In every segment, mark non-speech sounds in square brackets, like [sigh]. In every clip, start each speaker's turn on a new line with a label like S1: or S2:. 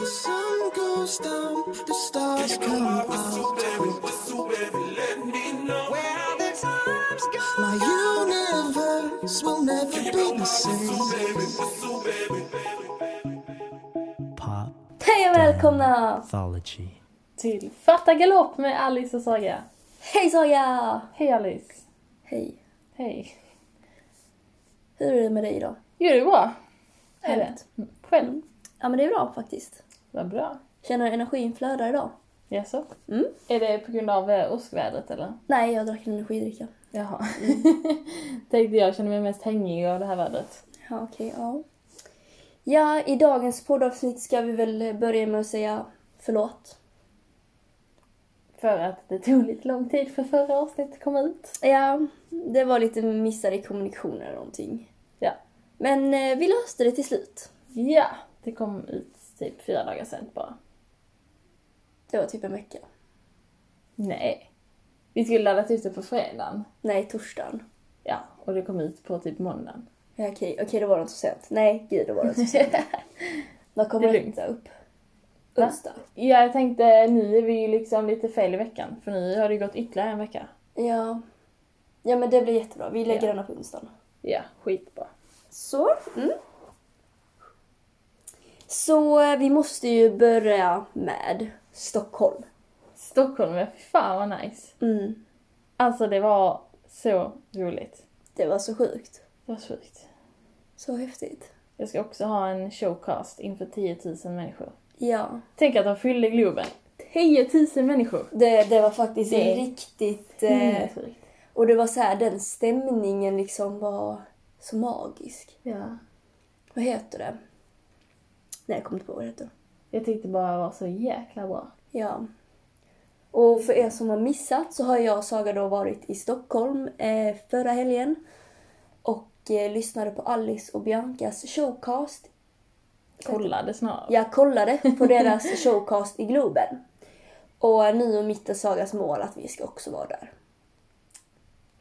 S1: The sun goes down, the stars come out. Where the times go, my universe will never be the same.
S2: Hej och välkomna
S3: Pathology.
S2: till Fatta Galopp med Alice och Saga.
S4: Hej Saga!
S2: Hej Alice.
S4: Hej.
S2: Hej.
S4: Hur är det med dig idag?
S2: Jo, det är bra. Är det?
S4: Härligt.
S2: Själv?
S4: Ja men det är bra faktiskt.
S2: Vad bra.
S4: Känner du energin flödar idag?
S2: Jaså?
S4: Mm.
S2: Är det på grund av eh, åskvädret eller?
S4: Nej, jag drack en energidricka.
S2: Jaha. [laughs] Tänkte jag känner mig mest hängig av det här vädret.
S4: Ja, okej, ja. Ja, i dagens poddavsnitt ska vi väl börja med att säga förlåt.
S2: För att det tog lite lång tid för förra avsnittet att komma ut.
S4: Ja, det var lite missar i kommunikationen eller någonting.
S2: Ja.
S4: Men eh, vi löste det till slut.
S2: Ja, det kom ut typ fyra dagar sent bara.
S4: Det var typ en vecka.
S2: Nej. Vi skulle laddat ut det på fredagen.
S4: Nej, torsdagen.
S2: Ja, och det kom ut på typ måndagen.
S4: Ja, okej, okej, det var något så sent. Nej, gud, det var något så
S2: [laughs]
S4: sent. Då kommer
S2: Det är lugnt.
S4: detta upp.
S2: Va?
S4: Onsdag.
S2: Ja, jag tänkte nu är vi ju liksom lite fel i veckan för nu har det gått ytterligare en vecka.
S4: Ja. Ja men det blir jättebra. Vi lägger
S2: Ja.
S4: denna på onsdagen.
S2: Ja, skitbra.
S4: Så. Mm. Så eh, vi måste ju börja med Stockholm.
S2: Stockholm, ja, fy fan vad nice.
S4: Mm.
S2: Alltså det var så roligt.
S4: Det var så sjukt.
S2: Det var så sjukt.
S4: Så häftigt.
S2: Jag ska också ha en showcast inför 10 000 människor.
S4: Ja.
S2: Tänk att de fyllde Globen. 10 000 människor!
S4: Det, det var faktiskt
S2: Det-
S4: riktigt... Eh,
S2: Sinnessjukt.
S4: Och det var så här, den stämningen liksom var så magisk.
S2: Ja.
S4: Vad heter det? Nej, jag kommer inte på vad det heter.
S2: Jag tyckte bara det var så jäkla bra.
S4: Ja. Och för er som har missat så har jag och Saga då varit i Stockholm eh, förra helgen och eh, lyssnade på Alice och Biancas showcast.
S2: Kollade snarare.
S4: Jag kollade på
S2: [laughs]
S4: deras showcast i Globen. Och nu och mitt är Sagas mål att vi ska också vara där.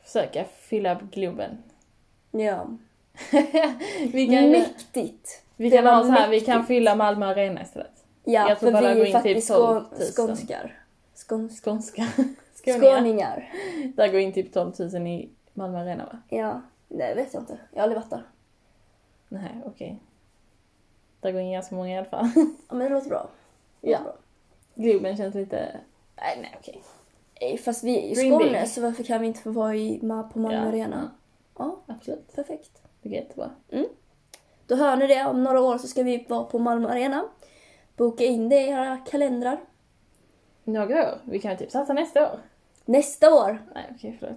S2: Försöka fylla upp Globen.
S4: Ja.
S2: vi kan,
S4: Mäktigt!
S2: Mm. vi
S4: Det
S2: kan
S4: var
S2: ha så här, vi
S4: mäktigt.
S2: kan fylla Malmö Arena istället.
S4: Ja,
S2: jag tror
S4: för
S2: bara
S4: vi
S2: gå
S4: är
S2: in typ
S4: faktiskt
S2: 12
S4: skå-
S2: 000.
S4: skånskar. Skåns-
S2: Skånska. [laughs] Skåningar.
S4: Skåningar.
S2: Där går in typ 12 000 i Malmö Arena va?
S4: Ja, det vet jag inte. Jag har aldrig varit där.
S2: Nej, okej. Där går in ganska många i alla fall.
S4: Ja, men det låter bra. Det låter
S2: Ja.
S4: bra.
S2: Globen känns lite... Nej, nej okej.
S4: Eh, Fast vi är ju i
S2: Green
S4: Skåne
S2: Bay.
S4: så varför kan vi inte få vara i, ma- på Malmö
S2: Ja.
S4: Arena? Ja,
S2: Absolut.
S4: perfekt.
S2: Det går jättebra.
S4: Då hör ni det, om några år så ska vi vara på Malmö Arena. Boka in det i era kalendrar.
S2: Några år. Vi kan ju typ satsa nästa år.
S4: Nästa år!
S2: Nej, okej, förlåt.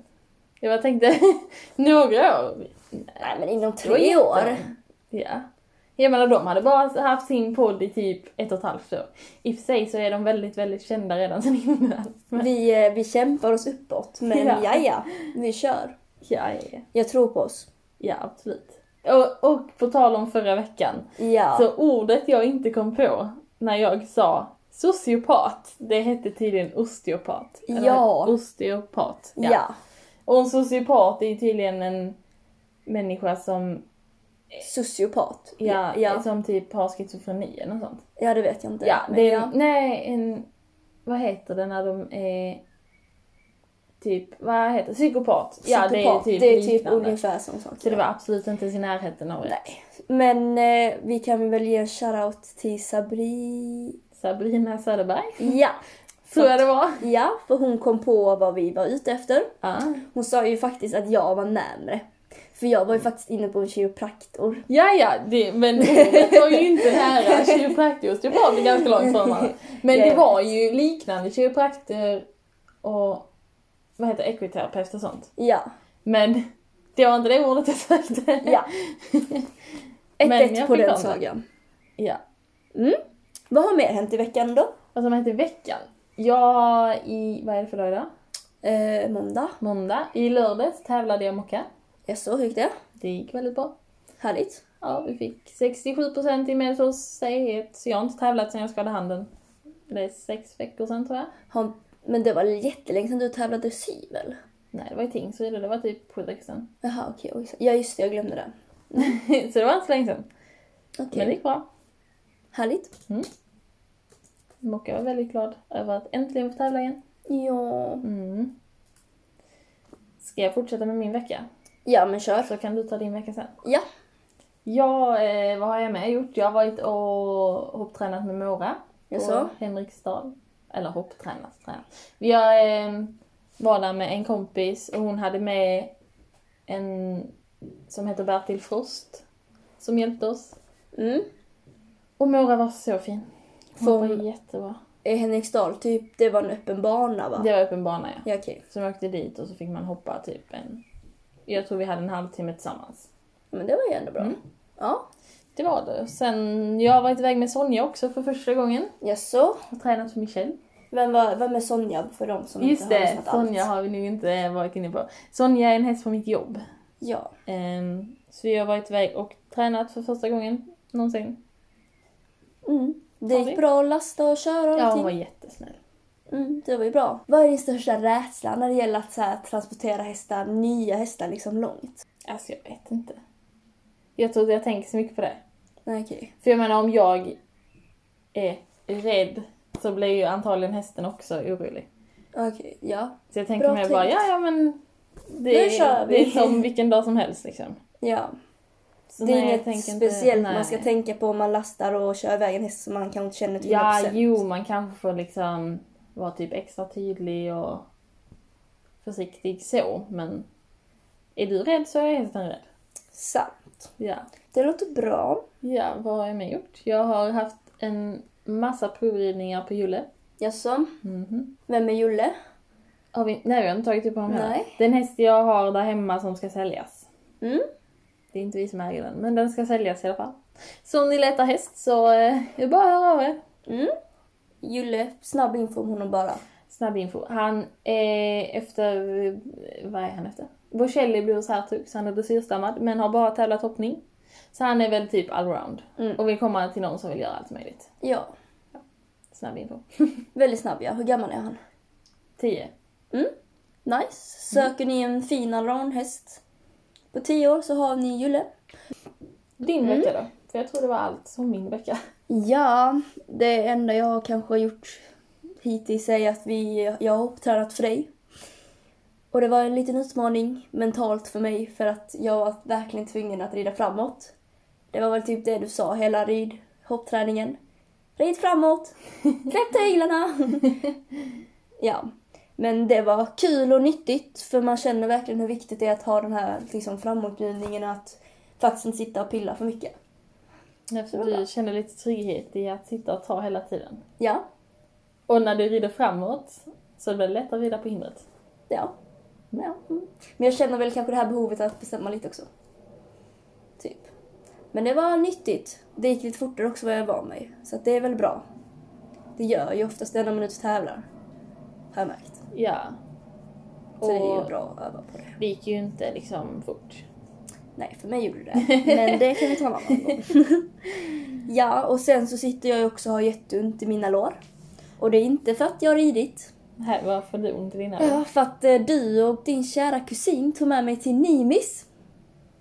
S2: Jag bara tänkte... [laughs] några år?
S4: Nej men inom
S2: Det var
S4: tre
S2: jätte-
S4: år!
S2: Ja. Jag menar, de hade bara haft sin podd i typ ett och ett halvt år. I och för sig så är de väldigt, väldigt kända redan sen innan. [laughs] Men,
S4: Vi, eh, vi kämpar oss uppåt, men
S2: Ja.
S4: ja. jaja, vi kör.
S2: ja, ja, ja.
S4: Jag tror på oss.
S2: ja, absolut. Och, och på tal om förra veckan.
S4: Ja.
S2: Så ordet jag inte kom på när jag sa sociopat, det hette tydligen osteopat. Eller
S4: Ja.
S2: Osteopat.
S4: ja.
S2: Och en sociopat är ju tydligen en människa som,
S4: Sociopat.
S2: ja,
S4: ja.
S2: som typ har schizofreni eller något sånt.
S4: Ja, det vet jag inte.
S2: Ja,
S4: Men
S2: det är,
S4: ja.
S2: nej en, vad heter det när de är typ, vad heter psykopat? Ja det är
S4: Psykopat,
S2: typ
S4: det är typ
S2: liknande.
S4: ungefär som sak.
S2: Så det var absolut inte ens i närheten av det.
S4: Nej. Men eh, vi kan väl ge en shoutout till Sabri...
S2: Sabrina Söderberg,
S4: Ja.
S2: tror jag det var.
S4: Ja, för hon kom på vad vi var ute efter.
S2: Ja.
S4: Hon sa ju faktiskt att jag var närmre. För jag var ju faktiskt inne på en kiropraktor.
S2: Ja, ja, det, men ordet var ju inte nära kiropraktor. Det var det ganska långt från varandra. Men
S4: Ja,
S2: det
S4: jag
S2: var ju liknande kiropraktor och vad heter det, ekviterapeut och sånt.
S4: Ja.
S2: Men det var inte det ordet jag sökte.
S4: Ja.
S2: [laughs] Men jag
S4: 1-1 på
S2: fick
S4: den
S2: om det.
S4: sagan. Mm.
S2: ja.
S4: Vad har mer hänt i veckan då?
S2: Vad som hände i veckan? Jag i, vad är det för dag idag?
S4: Eh, måndag.
S2: Måndag. I lördags tävlade jag mocka.
S4: Jaså, hur gick det?
S2: Det gick väldigt bra.
S4: Härligt.
S2: Ja, vi fick 67% i medelsäkerhet, så jag har inte tävlat sedan jag skadade handen. Det är sex veckor sedan tror jag.
S4: Har- Men det var jättelänge sedan du tävlade syvel?
S2: Nej, det var i Tingsryd det var typ sju veckor sedan. [laughs]
S4: Jaha, okej. oj, Ja, just det. Jag glömde det.
S2: så det var inte så länge sedan.
S4: Okej.
S2: Men det gick bra.
S4: Härligt.
S2: Mm. Mocka var väldigt glad över att äntligen få tävla igen.
S4: Ja.
S2: Mm. Ska jag fortsätta med min vecka?
S4: Ja, men kör.
S2: Så kan du ta din vecka sen.
S4: Ja.
S2: Ja, eh, vad har jag med gjort? Jag har varit och hopptränat med Mora.
S4: Jaså?
S2: På Henriksdal. Eller hopptränat, tränat. Jag eh, var där med en kompis och hon hade med en som heter Bertil Frost. Som hjälpte oss.
S4: Mm.
S2: Och Mora var så fin. Hon
S4: Får-
S2: var jättebra.
S4: I Henriksdal, Eh, typ, det var en öppen bana va?
S2: Det var öppen bana ja.
S4: Ja, okej.
S2: Så vi åkte dit och så fick man hoppa typ en... Jag tror vi hade en halvtimme tillsammans.
S4: Men det var ju ändå bra.
S2: Mm.
S4: Ja.
S2: Det var det. Sen, jag har varit iväg med Sonja också för första gången.
S4: Jaså?
S2: Och tränat för Michelle.
S4: Vem, var, vem är Sonja för dem som
S2: Just
S4: inte har
S2: det,
S4: lyssnat alls?
S2: Sonja har vi nu inte varit inne på. Sonja är en häst på mitt jobb.
S4: Ja.
S2: Ehm, så vi har varit iväg och tränat för första gången någonsin.
S4: Mm. Det
S2: Har
S4: gick
S2: vi?
S4: bra att lasta och köra och
S2: Ja, hon var
S4: allting.
S2: jättesnäll.
S4: Mm, det var ju bra. Vad är din största rädsla när det gäller att så här, transportera hästar, nya hästar liksom långt?
S2: Alltså jag vet inte. Jag tror inte jag tänker så mycket på det.
S4: Nej, okej.
S2: För jag menar om jag är rädd så blir ju antagligen hästen också orolig.
S4: Okej, ja.
S2: Så jag tänker
S4: Bra
S2: mer bara,
S4: tänkt.
S2: ja ja men
S4: Nu
S2: det
S4: kör
S2: är,
S4: vi.
S2: det är som vilken dag som helst liksom.
S4: Ja.
S2: Så
S4: det är
S2: nej, jag
S4: inget
S2: tänker
S4: speciellt
S2: nej.
S4: man ska tänka på om man lastar och kör iväg en häst som man kanske inte känner till
S2: Ja, jo, man kanske får liksom vara typ extra tydlig och försiktig så, men är du rädd så är hästen rädd.
S4: Sant.
S2: Ja.
S4: Det låter bra.
S2: Ja, vad har jag med gjort? Jag har haft en massa provridningar på Julle.
S4: Jaså?
S2: Mhm.
S4: Vem är Julle?
S2: Har vi, nej, vi har inte tagit upp honom heller.
S4: Nej.
S2: Den häst jag har där hemma som ska säljas.
S4: Mm.
S2: Det är inte vi som äger den, men den ska säljas i alla fall. Så om ni letar häst så eh, är det bara att höra av er.
S4: Mm. Julle, snabb info om honom bara.
S2: Snabb info. Han är efter... eh, Vad är han efter? Bocelli blir hos Hertug, så han är dressyrstammad, men har bara tävlat hoppning. Så han är väl typ allround.
S4: Mm.
S2: Och vill komma till någon som vill göra allt möjligt.
S4: Ja,
S2: Snabb info.
S4: väldigt snabb ja. Hur gammal är han?
S2: 10.
S4: Nice. Söker ni en fin allround-häst på 10 år så har ni Julle.
S2: Din
S4: Mm.
S2: vecka då? För jag tror det var allt som min vecka.
S4: Ja, det enda jag kanske har gjort hittills är att vi, jag har hopptränat för dig. Och det var en liten utmaning mentalt för mig för att jag var verkligen tvungen att rida framåt. Det var väl typ det du sa hela rid, hoppträningen. Rid framåt! Släpp tyglarna! ja. Men det var kul och nyttigt för man känner verkligen hur viktigt det är att ha den här liksom, framåtbjudningen att faktiskt inte sitta och pilla för mycket.
S2: Eftersom du känner lite trygghet i att sitta och ta hela tiden.
S4: Ja,
S2: Och när du rider framåt så blir det lättare att rida på hindret.
S4: Ja. ja. mm. Men jag känner väl kanske det här behovet att bestämma lite också. Typ. Men det var nyttigt. Det gick lite fortare också vad jag var mig. Så att det är väl bra. Det gör ju oftast det när man är ute och tävlar. Har jag märkt.
S2: Ja.
S4: Så det är
S2: Och-
S4: ju bra att öva på det.
S2: Det gick ju inte liksom fort.
S4: Nej, för mig gjorde det det Men det kan vi ta en annan gång. ja, och sen så sitter jag ju också och har jätteont i mina lår. Och det är inte för att jag har ridit.
S2: Här, varför du ont i dina öron?
S4: Ja, för att eh, du och din kära kusin tog med mig till Nimis.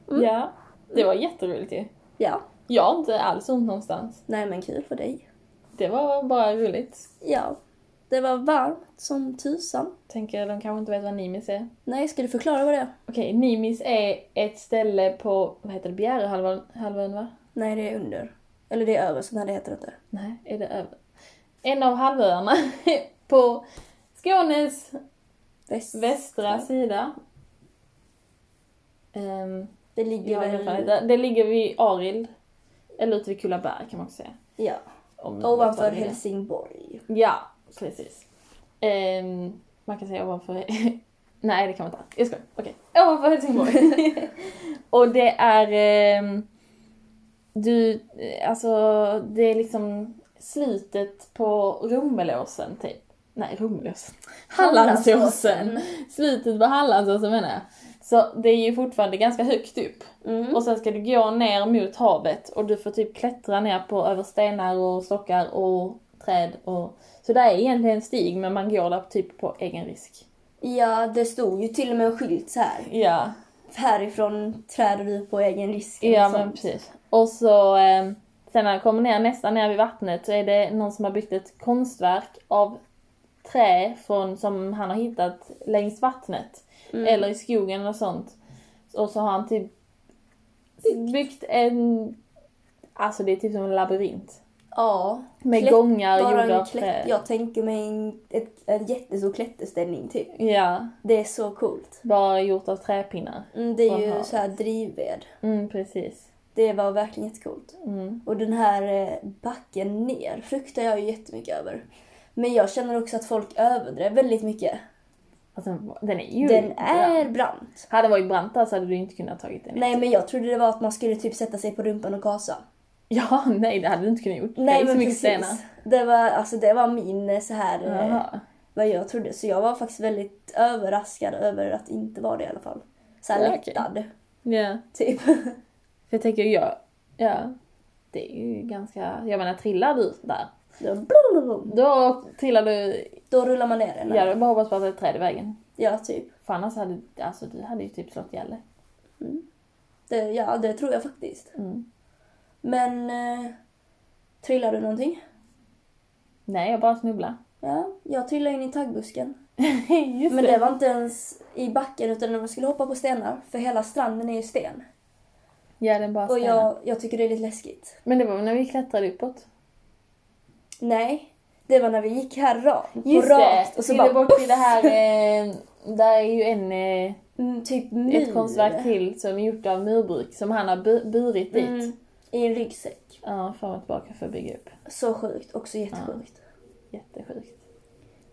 S4: Mm.
S2: Ja, det var jätteroligt ju.
S4: Ja.
S2: Jag har inte alls ont någonstans.
S4: Nej men kul för dig.
S2: Det var bara roligt.
S4: Ja. Det var varmt som tusan.
S2: Tänker de kanske inte vet vad Nimis är.
S4: Nej, ska du förklara vad det är?
S2: Okej, Nimis är ett ställe på, vad heter det, Bjärehalvön halvön, va?
S4: Nej, det är under. Eller det är över, så när det heter det inte.
S2: Nej, är det över? En av halvöarna [laughs] på Skånes
S4: Väst.
S2: västra sida. Ehm,
S4: Det ligger
S2: jag vet
S4: väl...
S2: vad det heter. det ligger vid Arild. Eller ute vid Kullaberg kan man också säga.
S4: Ja.
S2: Om ni vet
S4: Ovanför
S2: vad Mm, det är.
S4: Helsingborg.
S2: Ja, precis. Ehm, man kan säga ovanför... Nej, det kan man inte. Jag skojar. Okej. Ovanför Helsingborg. [laughs] och det är... ehm, du, alltså, det är liksom slutet på Romelåsen, typ. Nej, [laughs] Romelåsen. Hallandsåsen. Slutet på Hallandsåsen menar jag. Så det är ju fortfarande ganska högt upp.
S4: Mm.
S2: Och sen ska du gå ner mot havet och du får typ klättra ner på över stenar och stockar och träd och... Så det är egentligen en stig men man går där typ på egen risk.
S4: Ja, det stod ju till och med en skylt så här.
S2: Ja,
S4: Härifrån träder du på egen risk. eller
S2: ja
S4: sånt.
S2: men precis. Och så... ehm, Sen när han kommer ner nästan ner vid vattnet så är det någon som har byggt ett konstverk av trä från, som han har hittat längs vattnet.
S4: Mm.
S2: Eller i skogen och sånt. Och så har han typ byggt en... Alltså det är typ som en labyrint.
S4: Ja.
S2: Med
S4: Klätt-
S2: gångar
S4: bara
S2: gjorda
S4: en
S2: av trä.
S4: klätt, Jag tänker mig en, ett, en jättestor klätterställning typ.
S2: Ja,
S4: Det är så coolt.
S2: bara gjort av träpinnar.
S4: Mm, det är
S2: Vad
S4: ju
S2: härligt.
S4: så här drivved.
S2: Mm, precis.
S4: Det var verkligen jättecoolt.
S2: Mm.
S4: Och den här eh, backen ner fruktar jag ju jättemycket över. Men jag känner också att folk överdrev väldigt mycket.
S2: Alltså, den är ju
S4: Den är
S2: brant.
S4: brant.
S2: Hade den varit brantare så hade du inte kunnat tagit den.
S4: Nej men jag trodde det var att man skulle typ sätta sig på rumpan och gasa.
S2: Ja, [laughs] nej det hade du inte kunnat gjort. det
S4: Nej
S2: är så
S4: men
S2: mycket
S4: precis.
S2: stenar.
S4: Det var, alltså, det var min eh, så här eh,
S2: Jaha.
S4: vad jag trodde. Så jag var faktiskt väldigt överraskad över att inte vara det i alla fall. Så här
S2: Ja, okej.
S4: lättad.
S2: Ja.
S4: Typ. [laughs]
S2: För jag tänker, ja. ja. Det är ju ganska... Jag menar, trillar du där,
S4: Då, blablabla.
S2: då trillar du...
S4: då rullar man ner den.
S2: Ja, jag bara hoppas på att det är ett träd i vägen.
S4: ja typ.
S2: För annars hade alltså, du hade ju typ slått ihjäl dig.
S4: Det, ja det tror jag faktiskt.
S2: Mm.
S4: Men eh, trillar du någonting?
S2: Nej, jag bara snubblar.
S4: [laughs] Ja, jag trillade in i taggbusken.
S2: Just
S4: Men det var inte ens i backen utan när man skulle hoppa på stenar. För hela stranden är ju sten.
S2: Ja, den bara
S4: Och
S2: stenar.
S4: jag, jag tycker det är lite läskigt.
S2: Men det var väl när vi klättrade uppåt.
S4: Nej, det var när vi gick här rakt. på
S2: Just
S4: rakt,
S2: det!
S4: Och så
S2: Trillade
S4: bara
S2: bort till det här... Eh, där är ju en... Eh,
S4: mm, typ
S2: ett
S4: mur.
S2: konstverk till som är gjort av murbruk som han har bu- burit dit.
S4: Mm, I en ryggsäck.
S2: Ja, fram och tillbaka för att bygga upp.
S4: Så sjukt, också jättesjukt.
S2: Jättesjukt.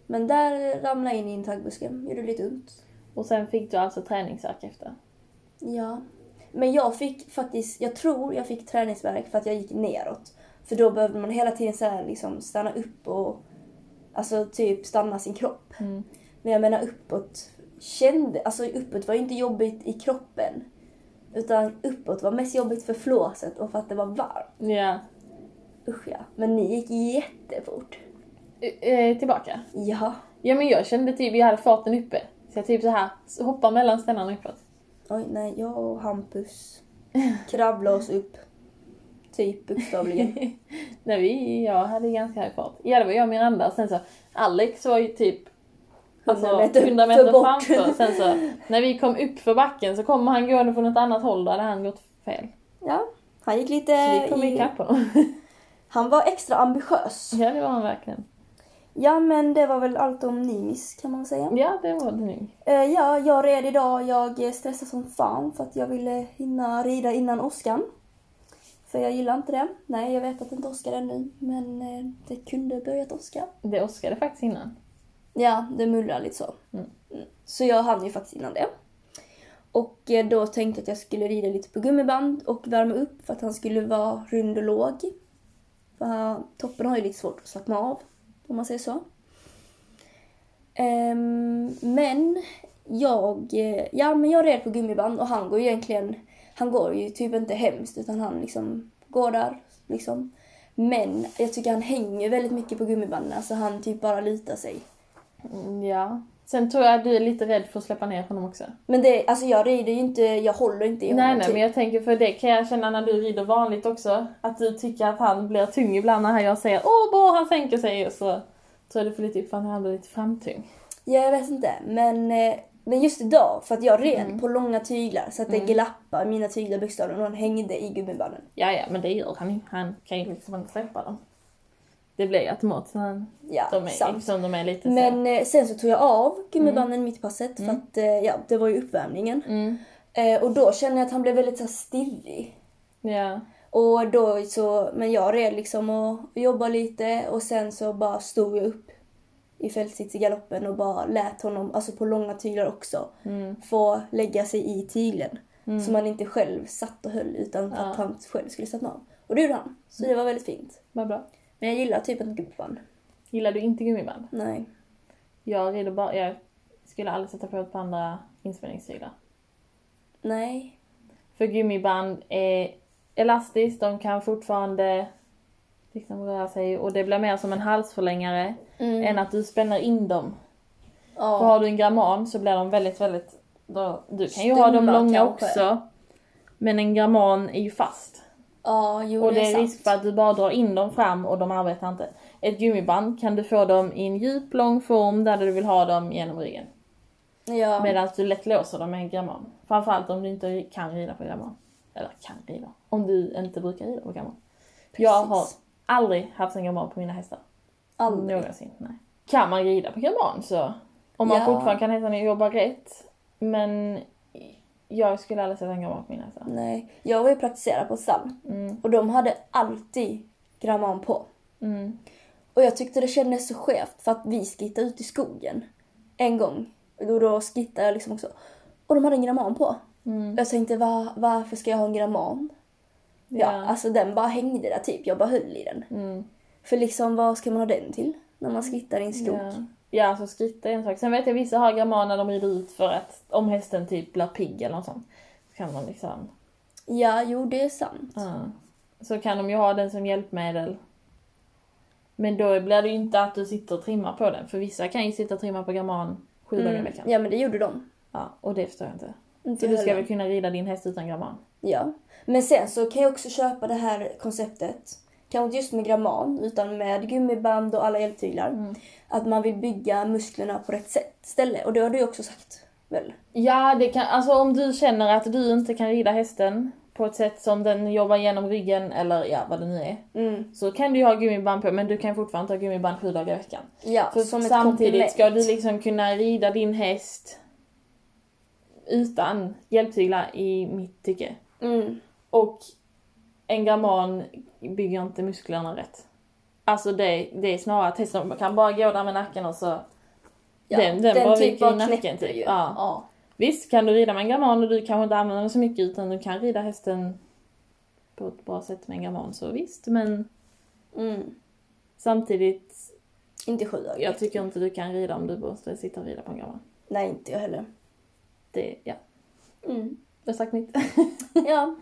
S4: Men där ramlade jag in i en taggbuske. Gjorde lite ont.
S2: Och sen fick du alltså träningsvärk efter.
S4: Ja. Men jag fick faktiskt, jag tror jag fick träningsvärk för att jag gick neråt. För då behövde man hela tiden så här liksom stanna upp och alltså typ stanna sin kropp. Men jag menar uppåt kände, alltså uppåt var ju inte jobbigt i kroppen. Utan uppåt var mest jobbigt för flåset och för att det var varmt.
S2: Ja.
S4: Usch ja. Men ni gick jättefort.
S2: Ö- Eh, tillbaka.
S4: Ja.
S2: Ja men jag kände typ, jag hade farten uppe. Så jag typ så här så hoppar mellan stenarna uppåt. [laughs]
S4: Oj, nej, jag och Hampus kravlade oss upp. Typ bokstavligen.
S2: Nej, vi, jag hade ganska hög fart. Ja det var jag och Miranda. Sen så Alex var ju typ [laughs] alltså,
S4: 100 meter
S2: 100
S4: för
S2: meter
S4: bort.
S2: framför. Sen så när vi kom upp för backen så kommer han gående från ett annat håll. Då hade han gått fel.
S4: Ja, han gick lite...
S2: Så vi kom
S4: i-
S2: ikapp honom. [laughs]
S4: Han var extra ambitiös.
S2: Ja det var han verkligen.
S4: Ja, men det var väl allt om Nimis kan man säga.
S2: Ja det var det nog.
S4: Eh, ja, jag red idag. Jag eh, stressade som fan för att jag ville hinna rida innan åskan. För jag gillar inte det. Nej, jag vet att det inte åskar ännu, men eh, det kunde börjat åska.
S2: Det åskade faktiskt innan.
S4: Ja, det mullrar lite så.
S2: Mm.
S4: Mm. Så jag hann ju faktiskt innan det. Och eh, då tänkte jag att jag skulle rida lite på gummiband och värma upp för att han skulle vara rund och låg. För han, toppen har ju lite svårt att slappna av, om man säger så. Ehm, men jag, eh, ja, men jag red på gummiband och han går ju egentligen, han går ju typ inte hemskt utan han liksom går där. Liksom. Men jag tycker han hänger väldigt mycket på gummibanden, alltså han typ bara lutar sig.
S2: Mm, Ja. Sen tror jag att du är lite rädd för att släppa ner honom också.
S4: Men det, alltså jag rider ju inte, jag håller inte i honom.
S2: Nej, nej,
S4: typ.
S2: men jag tänker för det kan jag känna när du rider vanligt också. Att du tycker att han blir tung ibland när jag säger åh, bra, han sänker sig. Och så tror du får lite upp för att han blir lite framtung.
S4: Ja, jag vet inte. Men, eh, men just idag, för att jag red
S2: Mm.
S4: på långa tyglar så att det glappar mina tyglar bokstavligen och han hängde i gummibanden.
S2: Ja, ja, men det gör han ju. Han kan ju liksom inte släppa dem. Det blir ju automatiskt när han,
S4: Ja,
S2: de, är,
S4: sant.
S2: eftersom de är lite så.
S4: Men eh, sen så tog jag av gummibanden mitt i passet för att eh, ja, det var ju uppvärmningen.
S2: Mm.
S4: Eh, och då kände jag att han blev väldigt så här, stirrig.
S2: Ja.
S4: Och då så, men jag red liksom och jobbade lite och sen så bara stod jag upp i fältsits i galoppen och bara lät honom, alltså på långa tyglar också,
S2: Mm.
S4: få lägga sig i tyglen. Som han inte själv satt och höll utan
S2: Ja. Mm.
S4: att han själv skulle slappna av. Och det gjorde han. Så det var väldigt fint.
S2: Vad bra.
S4: Men jag gillar typ inte gubband.
S2: Gillar du inte gummiband?
S4: Nej.
S2: Jag rider bara... Jag skulle aldrig sätta på ett par andra inspelningstyglar.
S4: Nej.
S2: För gummiband är elastiskt, de kan fortfarande liksom röra sig och det blir mer som en halsförlängare
S4: Mm.
S2: än att du spänner in dem. För
S4: Ja.
S2: har du en gramman så blir de väldigt, väldigt... Då, du kan ju ha dem
S4: Stumma
S2: långa
S4: kanske.
S2: också. Men en gramman är ju fast.
S4: Ja, jo
S2: Och
S4: det
S2: det är
S4: sant.
S2: risk för att du bara drar in dem fram och de arbetar inte. Ett gummiband kan du få dem i en djup, lång form där du vill ha dem genom ryggen.
S4: Ja.
S2: Medan du lätt låser dem med en gramman. Framförallt om du inte kan rida på gramman. Eller kan rida. Om du inte brukar rida på gramman. Jag har
S4: Precis.
S2: aldrig haft en gramman på mina hästar.
S4: Aldrig.
S2: Någonsin. Nej. Kan man rida på gramman så. Om man
S4: Ja.
S2: fortfarande kan hästarna jobba rätt. Men jag skulle aldrig sätta en gramman på mina hästar.
S4: Nej. Jag var ju praktiserad på Sam.
S2: Mm.
S4: Och de hade alltid gramman på.
S2: Mm.
S4: Och jag tyckte det kändes så skevt för att vi skittade ut i skogen en gång. Och då skittade jag liksom också. Och de hade en gramman på.
S2: Mm.
S4: Jag tänkte Va, varför ska jag ha en gramman? Ja. alltså den bara hängde där typ. Jag bara höll i den.
S2: Mm.
S4: För liksom vad ska man ha den till? När man skittar i en skog.
S2: Ja. ja, alltså skritta är en sak. Sen vet jag vissa har gramman när de rider ut för att om hästen typ blir pigg eller något sånt. Så kan man liksom...
S4: Ja, jo det är sant.
S2: Ja. Så kan de ju ha den som hjälpmedel. Men då blir det ju inte att du sitter och trimmar på den. För vissa kan ju sitta och trimma på gramman sju dagar i
S4: Mm.
S2: veckan.
S4: Ja, men det gjorde de.
S2: Ja, och det förstår jag inte.
S4: Inte
S2: Så du ska
S4: heller.
S2: väl kunna rida din häst utan gramman?
S4: Ja. Men sen så kan jag också köpa det här konceptet. Kanske inte just med gramman, utan med gummiband och alla hjälptyglar.
S2: Mm.
S4: Att man vill bygga musklerna på rätt sätt, ställe. Och det har du ju också sagt, väl?
S2: Ja, det kan, alltså om du känner att du inte kan rida hästen på ett sätt som den jobbar genom ryggen eller ja, vad det nu är.
S4: Mm.
S2: Så kan du ju ha gummiband på men du kan fortfarande inte ha gummiband sju dagar i veckan.
S4: Ja,
S2: För
S4: som ett
S2: samtidigt
S4: komplement.
S2: ska du liksom kunna rida din häst utan hjälptyglar i mitt tycke.
S4: Mm.
S2: Och en gramman bygger inte musklerna rätt. Alltså det, det är snarare att hästen kan bara gå där med nacken och så...
S4: Ja,
S2: den den, bara viker i nacken
S4: knäpper
S2: typ.
S4: ju.
S2: Ja.
S4: Ja.
S2: Visst kan du rida med en gramman och du kanske inte använder den så mycket utan du kan rida hästen på ett bra sätt med en gramman så visst men
S4: Mm.
S2: samtidigt
S4: Inte sju dagar.
S2: jag tycker inte du kan rida om du bara sitter och rider på en gramman.
S4: Nej, inte jag heller.
S2: Det, ja.
S4: Mm.
S2: Jag har sagt mitt.
S4: Ja.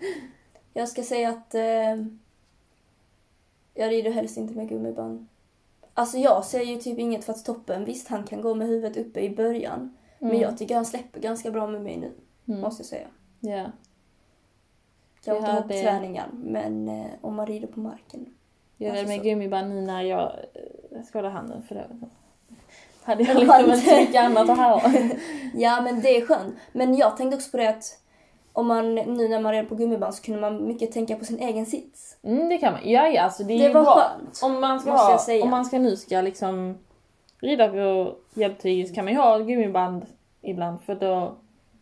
S4: Jag ska säga att eh, jag rider helst inte med gummiband. Alltså jag ser ju typ inget för att toppen, visst han kan gå med huvudet uppe i början. [laughs] Men jag tycker han släpper ganska bra med mig nu,
S2: Mm.
S4: måste jag säga.
S2: Ja.
S4: Jag
S2: Vi
S4: har inte
S2: hade-
S4: träningar, men eh, om man rider på marken.
S2: Jag
S4: Alltså
S2: är med
S4: så.
S2: gummiband nu när jag eh, skadade handen för det.
S4: [laughs]
S2: Hade jag
S4: Handen.
S2: liksom inte mycket annat att ha.
S4: Ja, men det är skönt. Men jag tänkte också på det att om man, nu när man rider på gummiband så kunde man mycket tänka på sin egen sits.
S2: Mm, det kan man. Ja, ja, alltså det är
S4: Det
S2: ju
S4: var
S2: bra.
S4: skönt,
S2: Om man ska
S4: måste jag
S2: ha,
S4: säga.
S2: om man ska nu ska liksom rida på hjälptyg så kan man ju ha gummiband ibland för då,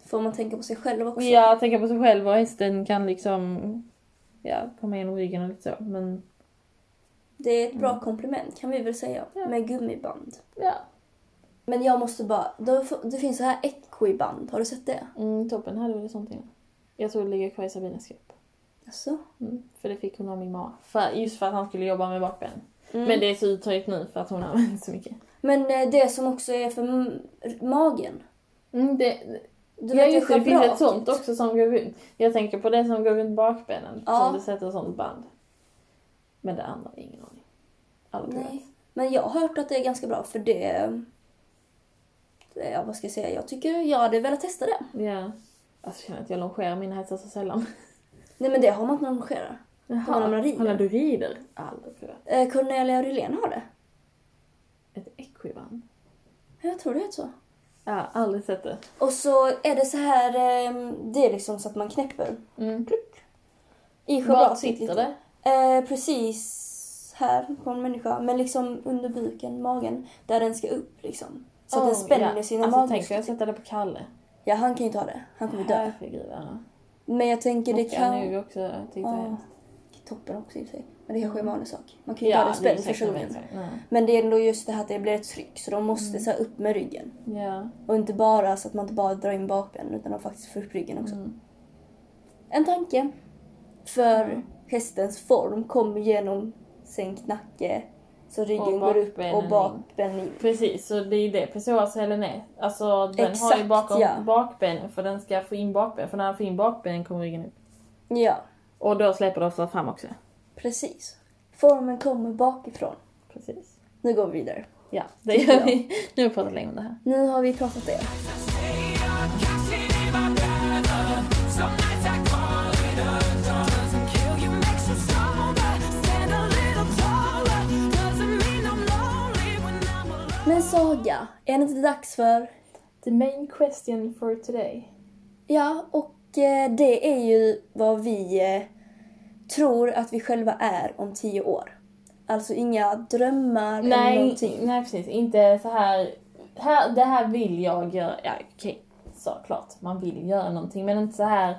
S4: Får man tänka på sig själv också.
S2: ja, tänka på sig själv och hästen kan liksom, ja, komma igenom ryggen och lite så. Men,
S4: Det är ett bra
S2: Mm.
S4: komplement kan vi väl säga, med gummiband.
S2: ja.
S4: Men jag måste bara, då, det finns så här equiband, har du sett det?
S2: Mm, toppen hade väl sånt innan. Jag tror det ligger kvar i Sabines grupp.
S4: Alltså?
S2: Mm, för det fick hon av min mamma. För, just för att han skulle jobba med bakbenen.
S4: Mm.
S2: Men det är så uttryckt nu för att hon använder så mycket.
S4: Men eh, det som också är för m- magen.
S2: Mm, det,
S4: Du
S2: ja just det, det finns ett
S4: schabraket.
S2: sånt också som går runt. Jag tänker på det som går runt bakbenen.
S4: Ja.
S2: Som du sätter sånt band. Men det andra, ingen aning. Aldrig
S4: Nej. Men jag har hört att det är ganska bra för det... det ja, vad ska jag säga? Jag tycker jag hade velat testa det.
S2: provat. Ja. Alltså, jag känner att jag longerar mina hästar så sällan.
S4: Nej men det har man inte någon skera. Bara när man rider.
S2: Kolla, du rider? Aldrig provat.
S4: Eh, Cornelia Rylén har det.
S2: Ett equiband?
S4: Jag tror det heter så.
S2: Ja, aldrig sett det.
S4: Och så är det så här... Eh, det är liksom så att man knäpper.
S2: Mm.
S4: I
S2: Var
S4: schabraket
S2: sitter
S4: lite.
S2: det?
S4: Eh, precis här på en människa. Men liksom under buken, magen. Där den ska upp liksom. Så att den
S2: Oh,
S4: spänner
S2: ja.
S4: sina
S2: Alltså tänk
S4: magmuskler.
S2: dig att sätta det på Kalle.
S4: Ja, han kan ju inte ha det. Han kommer dö.
S2: Herregud, ja.
S4: Men jag tänker det
S2: Mockan
S4: kan...
S2: nu också jag tyckte
S4: Ja.
S2: jag hemskt.
S4: Toppen också i och för sig. Men det kanske är en vanlig sak. Man kan ju inte ha det
S2: Mm. det är
S4: spänt
S2: säkert
S4: första
S2: en
S4: gången.
S2: sak. Nej.
S4: Men det är ändå just det här att det blir ett tryck så de måste
S2: Mm.
S4: så här upp med ryggen.
S2: Ja.
S4: Och inte bara så att man inte bara drar in bakbenen utan de faktiskt får upp ryggen också.
S2: Mm.
S4: En tanke. För hästens form kommer genom sänkt nacke så ryggen går upp
S2: bakbenen
S4: och
S2: in.
S4: bakbenen in.
S2: Precis, så det är det psoasen är. Alltså den har ju
S4: Exakt,
S2: bakom
S4: ja.
S2: bakbenen för den ska få in bakbenen. För när den får in bakbenen kommer ryggen upp.
S4: Ja,
S2: Och då släpper det ofta fram också.
S4: precis. Formen kommer bakifrån.
S2: Precis.
S4: Nu går vi vidare.
S2: Ja, det gör vi. [laughs] Nu har vi pratat länge om det här.
S4: Nu har vi pratat det.
S1: Some nights I call it a dawn. Doesn't kill you, makes you
S4: Men Saga, är det inte dags för...
S2: The main question for today.
S4: Ja, och eh, det är ju vad vi eh, tror att vi själva är om tio år. Alltså inga drömmar
S2: Nej,
S4: eller någonting.
S2: nej precis. Inte så här, här... Det här vill jag göra. Ja, okej. Såklart, man vill göra någonting. Men inte så här...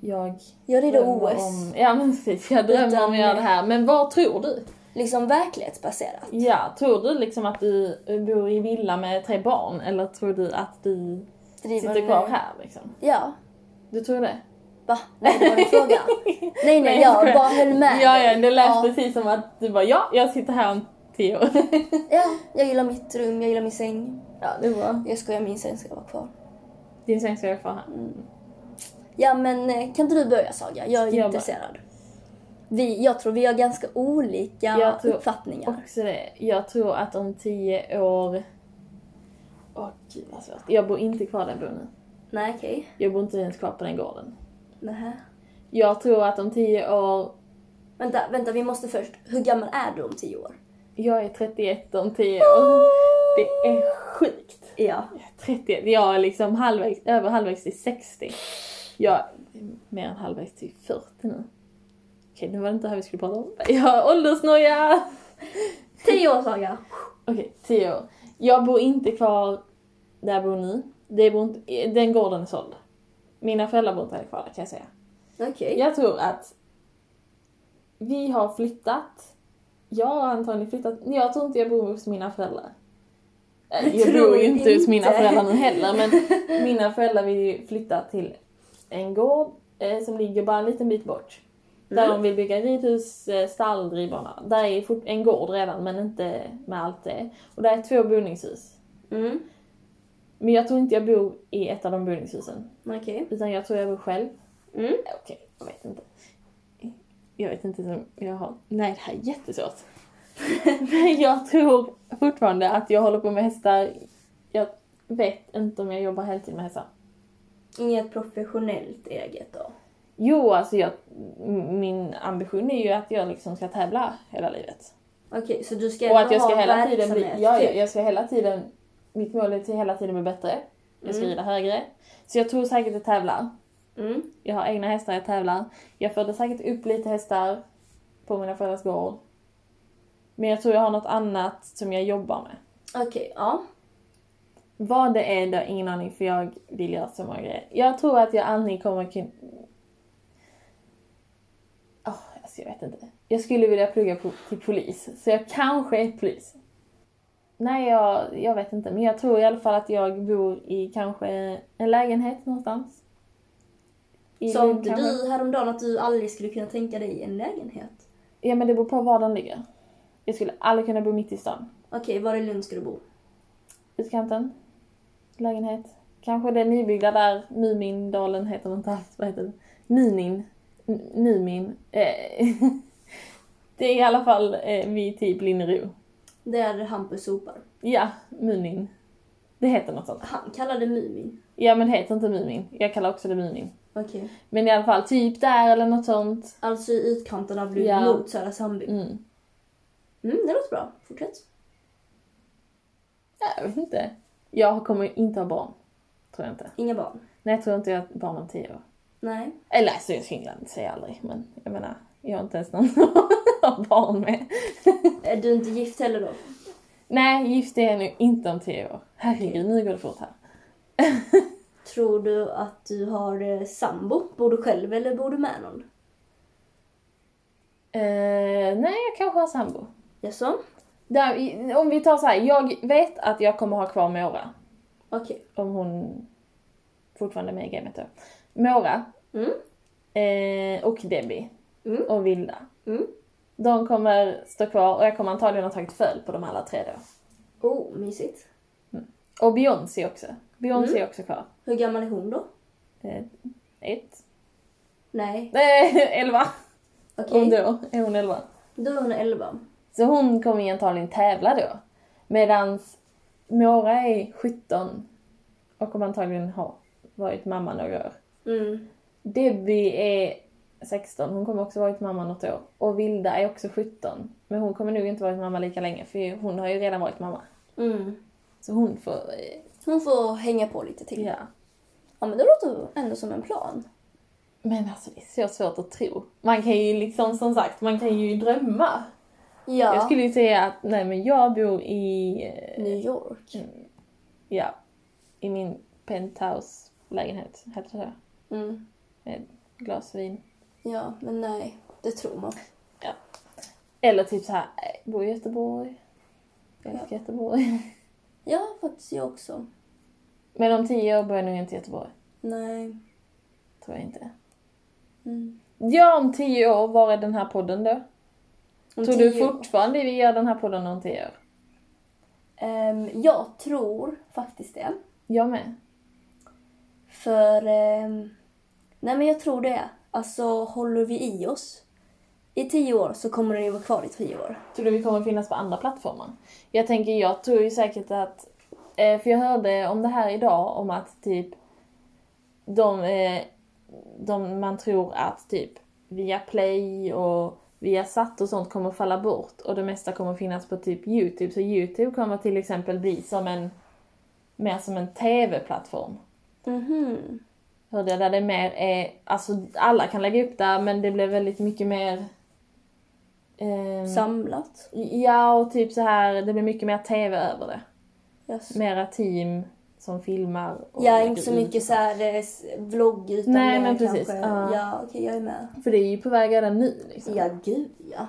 S2: Jag
S4: Ja, det är då
S2: drömmer
S4: OS.
S2: om... Ja, men precis. Jag drömmer
S4: Utan-
S2: om att göra det här. Men vad tror du?
S4: Liksom verklighetsbaserat.
S2: Ja, tror du liksom att du bor i villa med tre barn? Eller tror du att du
S4: Driver
S2: sitter kvar
S4: med-
S2: här liksom?
S4: Typ. Ja.
S2: Du tror det?
S4: Va? Vad var det
S2: [laughs]
S4: frågan? Nej, nej, jag
S2: skojar.
S4: bara höll med.
S2: Ja, ja, det lät
S4: ja.
S2: precis som att du bara ja, jag sitter här om tio år.
S4: ja, jag gillar mitt rum, jag gillar min säng.
S2: ja, det var.
S4: Jag skojar, min säng ska vara kvar.
S2: Din säng ska jag kvar här.
S4: Ja, men eh, kan inte du börja Saga? Jag är
S2: Ska jag
S4: intresserad. Vi, jag tror vi har ganska olika
S2: Jag tror-
S4: uppfattningar.
S2: Också det. Jag tror att om tio år... Åh gud vad svårt. Jag bor inte kvar där jag bor nu.
S4: Nej, okej.
S2: Jag bor inte ens kvar på den gården.
S4: Nähä.
S2: Jag tror att om tio år...
S4: Vänta, vänta, vi måste först. Hur gammal är du om tio år?
S2: Jag är 31 om tio år. Det är sjukt.
S4: Ja.
S2: 31. Jag är liksom halvvägs, över halvvägs till 60. Jag är mer än halvvägs till 40 nu. Okej, nu var det inte det här vi skulle prata om. Jag har åldersnoja!
S4: Tio år Saga!
S2: Okej, 10 år. Jag bor inte kvar där jag bor nu. Det bor inte, den gården är såld. Mina föräldrar bor inte heller kvar där kan jag säga.
S4: Okej.
S2: Jag tror att vi har flyttat. Jag har antagligen flyttat. Jag tror inte jag bor hos mina föräldrar. Eh,
S4: Jag
S2: Jag
S4: tror
S2: bor ju inte hos mina
S4: inte.
S2: föräldrar nu heller
S4: [laughs]
S2: men mina föräldrar vill ju flytta till en gård eh, som ligger bara en liten bit bort. Där
S4: Mm.
S2: de vill bygga ridhus, eh, stall, ridbana. Där är fort- en gård redan men inte med allt det. Och där är två boningshus.
S4: Mm.
S2: Men jag tror inte jag bor i ett av de boningshusen.
S4: Okej.
S2: Utan jag tror jag bor själv.
S4: Mm.
S2: Okej, jag vet inte. Jag vet inte som jag har... Nej, det här är [laughs] jättesvårt. Men jag tror fortfarande att jag håller på med hästar. Jag vet inte om jag jobbar heltid med hästar.
S4: Inget professionellt eget då?
S2: Jo, alltså jag, m- min ambition är ju att jag liksom ska tävla hela livet.
S4: Okej, så du ska
S2: Och att jag
S4: ha
S2: ska hela tiden bli...
S4: verksamhet,
S2: Ja,
S4: typ.
S2: jag, jag ska hela tiden... Mitt mål är att hela tiden bli bättre. Jag ska
S4: Mm.
S2: rida högre. Så jag tror säkert att tävla.
S4: Mm.
S2: Jag har egna hästar, jag tävlar. Jag födde säkert upp lite hästar på mina föräldrars gård. Men jag tror jag har något annat som jag jobbar med.
S4: Okej, ja.
S2: Vad det är då, ingen aning för jag vill göra så många grejer. Jag tror att jag aldrig kommer kunna... Oh, alltså jag vet inte. Jag skulle vilja plugga po- till polis, så jag kanske är polis. Nej, jag, jag vet inte. Men jag tror i alla fall att jag bor i kanske en lägenhet någonstans. I
S4: Sa
S2: Lund
S4: inte
S2: kanske.
S4: du häromdagen att du aldrig skulle kunna tänka dig en lägenhet?
S2: Ja men det beror på var den ligger. Jag skulle aldrig kunna bo mitt i stan.
S4: Okej, var i Lund ska du bo?
S2: Utkanten. Lägenhet. Kanske det nybyggda där. Mumindalen heter det inte alls. Vad heter det? Minin. M- Mumin. Eh, [laughs] det är i alla fall eh, vid typ Linnero.
S4: Där Hampus sopar.
S2: Ja, Munin. Det heter något sånt.
S4: Han kallade Mumin.
S2: Ja men det heter inte Mumin. Jag kallar också det Munin.
S4: Okej.
S2: Men i alla fall typ där eller något sånt.
S4: Alltså i utkanten av Lund
S2: Ja.
S4: mot Södra Sandby. Mm.
S2: Mm.
S4: det låter bra. Fortsätt.
S2: Jag vet inte. Jag kommer inte ha barn. Tror jag inte.
S4: Inga barn.
S2: Nej, jag tror inte jag har barn om tio år.
S4: Nej.
S2: Eller alltså jag skulle inte säga aldrig men jag menar jag har inte ens någon [laughs] att ha barn med. [laughs]
S4: Är du inte gift heller då?
S2: Nej, gift är jag nu inte om tio år. Herregud, nu går det fort här.
S4: Tror du att du har eh, sambo? Bor du själv eller bor du med någon?
S2: Eh, nej, jag kanske har sambo.
S4: Jaså?
S2: Där, i- om vi tar så här, jag vet att jag kommer ha kvar Mora.
S4: Okej.
S2: Om hon fortfarande är med i gamet då. Mora
S4: Mm.
S2: eh, och Debbie
S4: Mm.
S2: och Vilda.
S4: Mm.
S2: De kommer stå kvar och jag kommer antagligen ha tagit föl på dem alla tre då.
S4: Oh, mysigt.
S2: Och Beyoncé också. Beyoncé
S4: Mm.
S2: är också kvar.
S4: Hur gammal är hon då?
S2: Eh, ett.
S4: Nej.
S2: Nej, [laughs] elva.
S4: Okej.
S2: Och då är hon elva.
S4: Då är hon 11.
S2: Så hon kommer ju antagligen tävla då. Medans Mora är 17 och kommer antagligen ha varit mamma några år.
S4: Mm.
S2: Debbie är 16, hon kommer också varit mamma något år. Och Vilda är också 17. Men hon kommer nog inte varit mamma lika länge för hon har ju redan varit mamma.
S4: Mm.
S2: Så hon får... eh,
S4: Hon får hänga på lite till.
S2: Ja.
S4: Ja, men det låter ändå som en plan.
S2: Men alltså det är så svårt att tro. Man kan ju liksom, som sagt, man kan ju drömma.
S4: Ja.
S2: Jag skulle ju säga att nej men jag bor i... eh,
S4: New York.
S2: Ja. I min penthouse-lägenhet, heter det
S4: Mm.
S2: Med glasvin.
S4: Ja, men nej. Det tror man.
S2: Eller typ så här, eh, bor i Göteborg. Jag älskar Göteborg. [laughs]
S4: Ja, faktiskt jag också.
S2: Men om tio år bor jag nog inte i Göteborg.
S4: Nej.
S2: Tror jag inte.
S4: Mm.
S2: Ja, om tio år, var är den här podden då?
S4: Om
S2: tror du
S4: tio år.
S2: fortfarande vi gör den här podden om tio år?
S4: Ehm, jag tror faktiskt det.
S2: Jag med.
S4: För... ehm, nej, men jag tror det. Alltså, håller vi i oss i tio år så kommer den ju vara kvar i tio år.
S2: Tror du vi kommer finnas på andra plattformar? Jag tänker, jag tror ju säkert att... eh, För jag hörde om det här idag, om att typ... De, eh, de man tror att typ via play och via satt och sånt kommer falla bort och det mesta kommer finnas på typ Youtube. Så Youtube kommer till exempel bli som en... Mer som en TV-plattform.
S4: Mhm.
S2: hörde jag, där det mer är, alltså alla kan lägga upp där men det blev väldigt mycket mer ehm,
S4: Samlat.
S2: Ja och typ så här, det blev mycket mer tv över det.
S4: Yes.
S2: Mera team som filmar. Och
S4: Ja,
S2: lägger
S4: inte så
S2: ut.
S4: mycket så här eh, s- vlogg utan
S2: Nej,
S4: mer
S2: men precis.
S4: kanske...
S2: Ja.
S4: Ja, okej, jag är med.
S2: För det är ju på väg redan nu liksom.
S4: Ja, gud ja.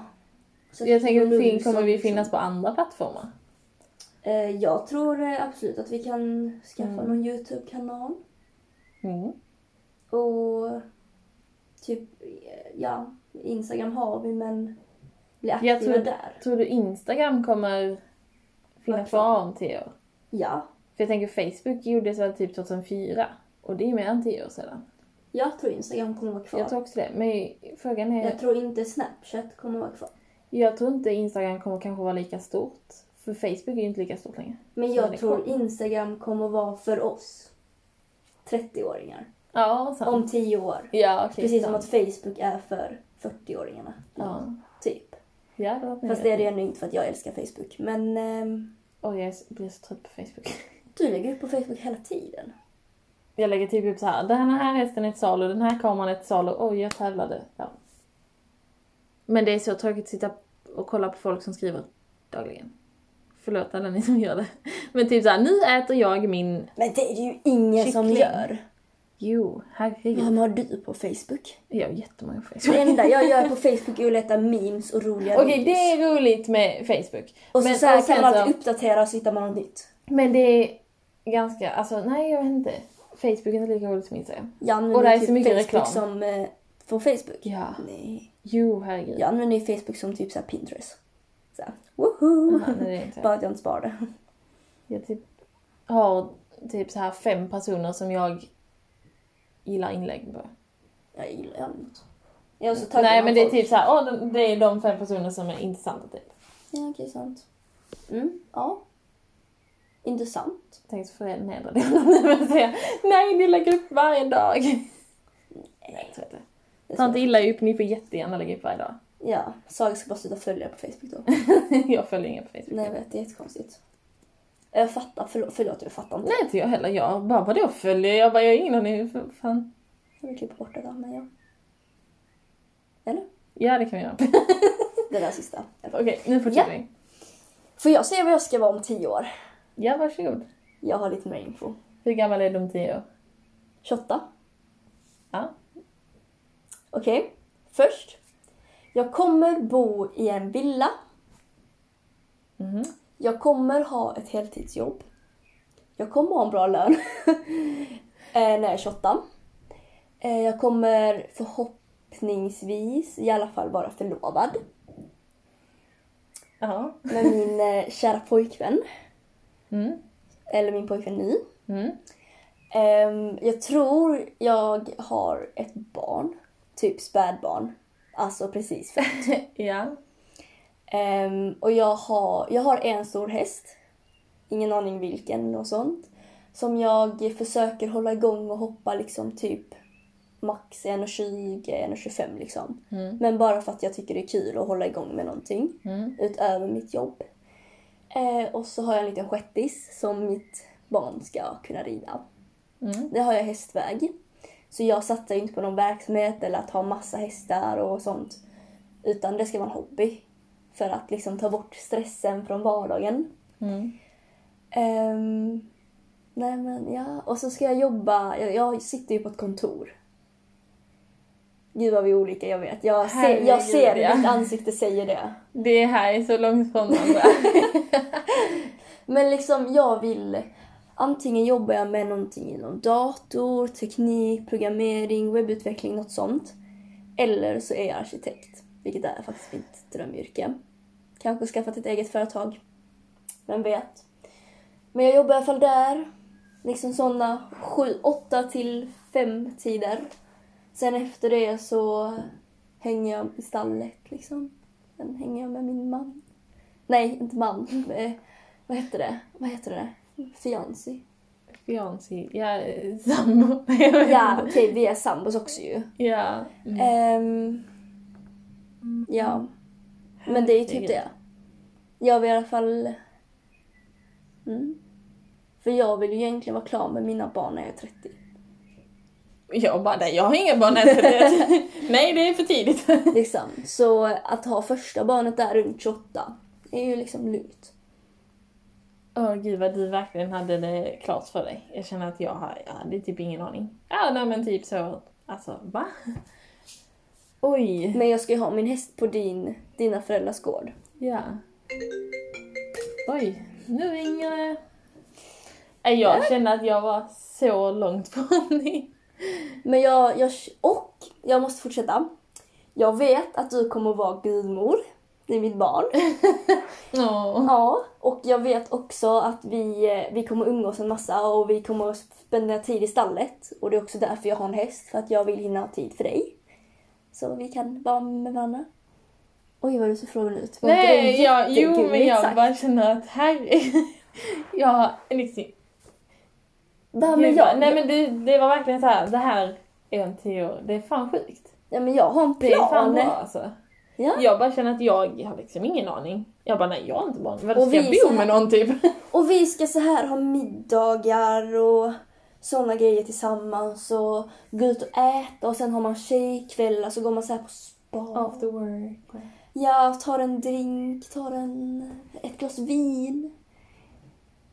S4: Så liksom-
S2: Jag tänker,
S4: nu
S2: fin- kommer
S4: så-
S2: vi finnas på andra plattformar?
S4: Eh, jag tror eh, absolut att vi kan skaffa
S2: Mm.
S4: någon YouTube-kanal.
S2: Mm.
S4: Och typ, eh, ja, Instagram har vi men bli aktiva
S2: Jag tror,
S4: där.
S2: tror du Instagram kommer
S4: Vart
S2: finnas
S4: då?
S2: kvar om tio år?
S4: Ja,
S2: För jag tänker Facebook gjordes väl typ 2004? Och det är mer än tio år sedan.
S4: jag tror Instagram kommer vara kvar.
S2: Jag tror också det. Men frågan är...
S4: Jag tror inte Snapchat kommer vara kvar.
S2: Jag tror inte Instagram kommer kanske vara lika stort. För Facebook är ju inte lika stort längre.
S4: Men
S2: Så det
S4: jag tror
S2: kommer.
S4: Instagram kommer vara för oss 30-åringar.
S2: Ja, sant.
S4: Om 10 år.
S2: Ja, okej.
S4: Precis som
S2: sant.
S4: att Facebook är för 40-åringarna.
S2: Ja.
S4: Typ.
S2: Ja, det var
S4: Fast det är det ju ändå inte för att jag älskar Facebook. Men ehm,
S2: Oj, jag är så- blir så trött på Facebook. [laughs]
S4: du lägger upp på Facebook hela tiden.
S2: Jag lägger typ upp så här. Den här hästen är till salu, den här kameran är till salu. Oj, jag tävlade. Ja. Men det är så tråkigt att sitta och kolla på folk som skriver dagligen. Förlåt alla ni som gör det. [laughs] Men typ så här, nu äter jag min...
S4: Men det är det ju ingen som
S2: Kyckling.
S4: gör.
S2: Jo, herregud.
S4: Vad har du på Facebook?
S2: Jag har jättemånga på Facebook. [laughs]
S4: Det enda jag gör på Facebook är att leta memes och roliga
S2: Okej,
S4: memes.
S2: det är roligt med Facebook.
S4: Och så,
S2: Men- alltså.
S4: så här,
S2: och
S4: kan
S2: sen
S4: man
S2: så-
S4: alltid uppdatera och så hittar man något nytt.
S2: Men det är ganska, alltså nej jag vet inte. Facebook är inte lika roligt som Instagram.
S4: Jag använder
S2: Och det är
S4: typ
S2: så mycket
S4: Facebook
S2: reklam.
S4: som... Eh, på Facebook?
S2: Ja.
S4: Nej.
S2: Jo herregud.
S4: Jag använder ju Facebook som typ så här Pinterest. Så här, woho!
S2: Aha, nej, det är [laughs]
S4: [laughs]
S2: inte.
S4: Bara att jag inte sparar det.
S2: Jag typ har typ så här fem personer som jag gillar inlägg på.
S4: Jag gillar ju annat. Jag är så taggad
S2: Nej
S4: av
S2: men det är
S4: folk.
S2: typ så här, åh, de- det är de fem personer som är intressanta typ.
S4: Ja, okej, sant. Mm, ja. Intressant.
S2: Jag tänkte förnedra det [laughs] men säga, nej ni lägger upp varje dag. Nej, jag tror inte.
S4: Det
S2: Ta
S4: är
S2: inte
S4: så.
S2: illa upp, ni får jättegärna lägga upp varje dag. [laughs]
S4: Ja, Saga ska bara sluta följa på Facebook då.
S2: jag följer inga på Facebook.
S4: Nej, jag vet. Det är jättekonstigt. Jag fattar. Förlåt, förlåt jag fattar inte.
S2: Nej inte jag heller, jag bara vadå följer? Jag bara jag har ingen aning, för fan.
S4: Jag vill klippa bort det där, men ja. Eller?
S2: Ja, det kan vi göra. [laughs]
S4: Det där sista.
S2: Okej, nu fortsätter vi.
S4: Får jag säga vad jag ska vara om tio år?
S2: Ja, varsågod.
S4: Jag har lite mer info.
S2: Hur gammal är du om tio år?
S4: 28.
S2: Ja.
S4: Okej. Först. Jag kommer bo i en villa.
S2: Mhm.
S4: Jag kommer ha ett heltidsjobb. Jag kommer ha en bra lön. [laughs] eh, när jag är 28. Eh, jag kommer förhoppningsvis i alla fall vara förlovad
S2: Ja.
S4: med min eh, kära pojkvän.
S2: Mm.
S4: Eller min pojkvän nu.
S2: Mm.
S4: Ehm, jag tror jag har ett barn. Typ spädbarn. Alltså precis fött.
S2: ja.
S4: Ehm, och jag har, jag har en stor häst. Ingen aning vilken eller något sånt. Som jag försöker hålla igång och hoppa liksom typ max 1,20, 1,25 liksom.
S2: Mm.
S4: Men bara för att jag tycker det är kul att hålla igång med någonting
S2: Mm.
S4: utöver mitt jobb. Eh, och så har jag en liten shettis som mitt barn ska kunna rida.
S2: Mm.
S4: Där har jag hästväg. Så jag satsar ju inte på någon verksamhet eller att ha massa hästar och sånt. Utan det ska vara en hobby. För att liksom ta bort stressen från vardagen.
S2: Mm.
S4: Ehm, nej men ja, och så ska jag jobba. Jag, jag sitter ju på ett kontor. Gud vad vi är olika, jag vet. Jag ser, jag ser
S2: Herregud, ja.
S4: ditt ansikte säger det.
S2: Det här är så långt
S4: [laughs]
S2: från varandra.
S4: Men liksom jag vill... Antingen jobbar jag med någonting inom dator, teknik, programmering, webbutveckling, något sånt. Eller så är jag arkitekt, vilket är faktiskt mitt drömyrke. Kanske skaffat ett eget företag. Vem vet? Men jag jobbar i alla fall där. Liksom sådana 8 till 5 tider. Sen efter det så hänger jag i stallet liksom. Sen hänger jag med min man. Nej, inte man. [laughs] Eh, Vad heter det? Vad heter det? Fiancé.
S2: Fiancé, ja, eh, sambo. Nej, [laughs] jag vet
S4: Ja,
S2: inte.
S4: okej, vi är sambos också ju.
S2: ja. Mm.
S4: Ehm, ja. Men det är ju typ
S2: Herregud.
S4: det. Jag vill i alla fall... Mm. För jag vill ju egentligen vara klar med mina barn när jag är 30.
S2: Jag bara, nej jag har inga barn än. så det-
S4: [laughs]
S2: nej, det är för tidigt. [laughs]
S4: Liksom. Så att ha första barnet där runt 28 är ju liksom lugnt.
S2: Åh gud vad du verkligen hade det klart för dig. Jag känner att jag, har, jag hade typ ingen aning. Ja, nej men typ så. Alltså, va? [laughs] Oj.
S4: Men jag ska ju ha min häst på din, dina föräldrars gård.
S2: Ja. Oj, nu ringer det. Nej, Jag känner att jag var så långt från dig.
S4: Men jag, jag... Och jag måste fortsätta. Jag vet att du kommer vara gudmor. Det är mitt barn.
S2: Åh.
S4: Ja, och jag vet också att vi, eh, vi kommer umgås en massa och vi kommer spendera tid i stallet. Och det är också därför jag har en häst, för att jag vill hinna ha tid för dig. Så vi kan vara med varandra. Oj, vad du ser frågan ut. Var inte det
S2: Nej, jag, jo men
S4: jättegulligt
S2: jag
S4: sagt?
S2: bara känner att här... [laughs] jag har liksom...
S4: Bara, men
S2: Gud,
S4: jag,
S2: nej men det, det var verkligen så här. det här är en tio Det är fan sjukt.
S4: ja, men jag har en
S2: Det är fan
S4: plan.
S2: bra alltså.
S4: Ja.
S2: Jag bara känner att jag, jag har liksom ingen aning. Jag bara nej jag har inte barn. Vadå
S4: Och
S2: ska jag
S4: vi är så
S2: bo
S4: här-
S2: med någon typ?
S4: [laughs] Och vi ska så här ha middagar och sådana grejer tillsammans och gå ut och äta och sen har man tjejkvällar så går man så här på spa.
S2: After work.
S4: Jag tar en drink, tar en, ett glas vin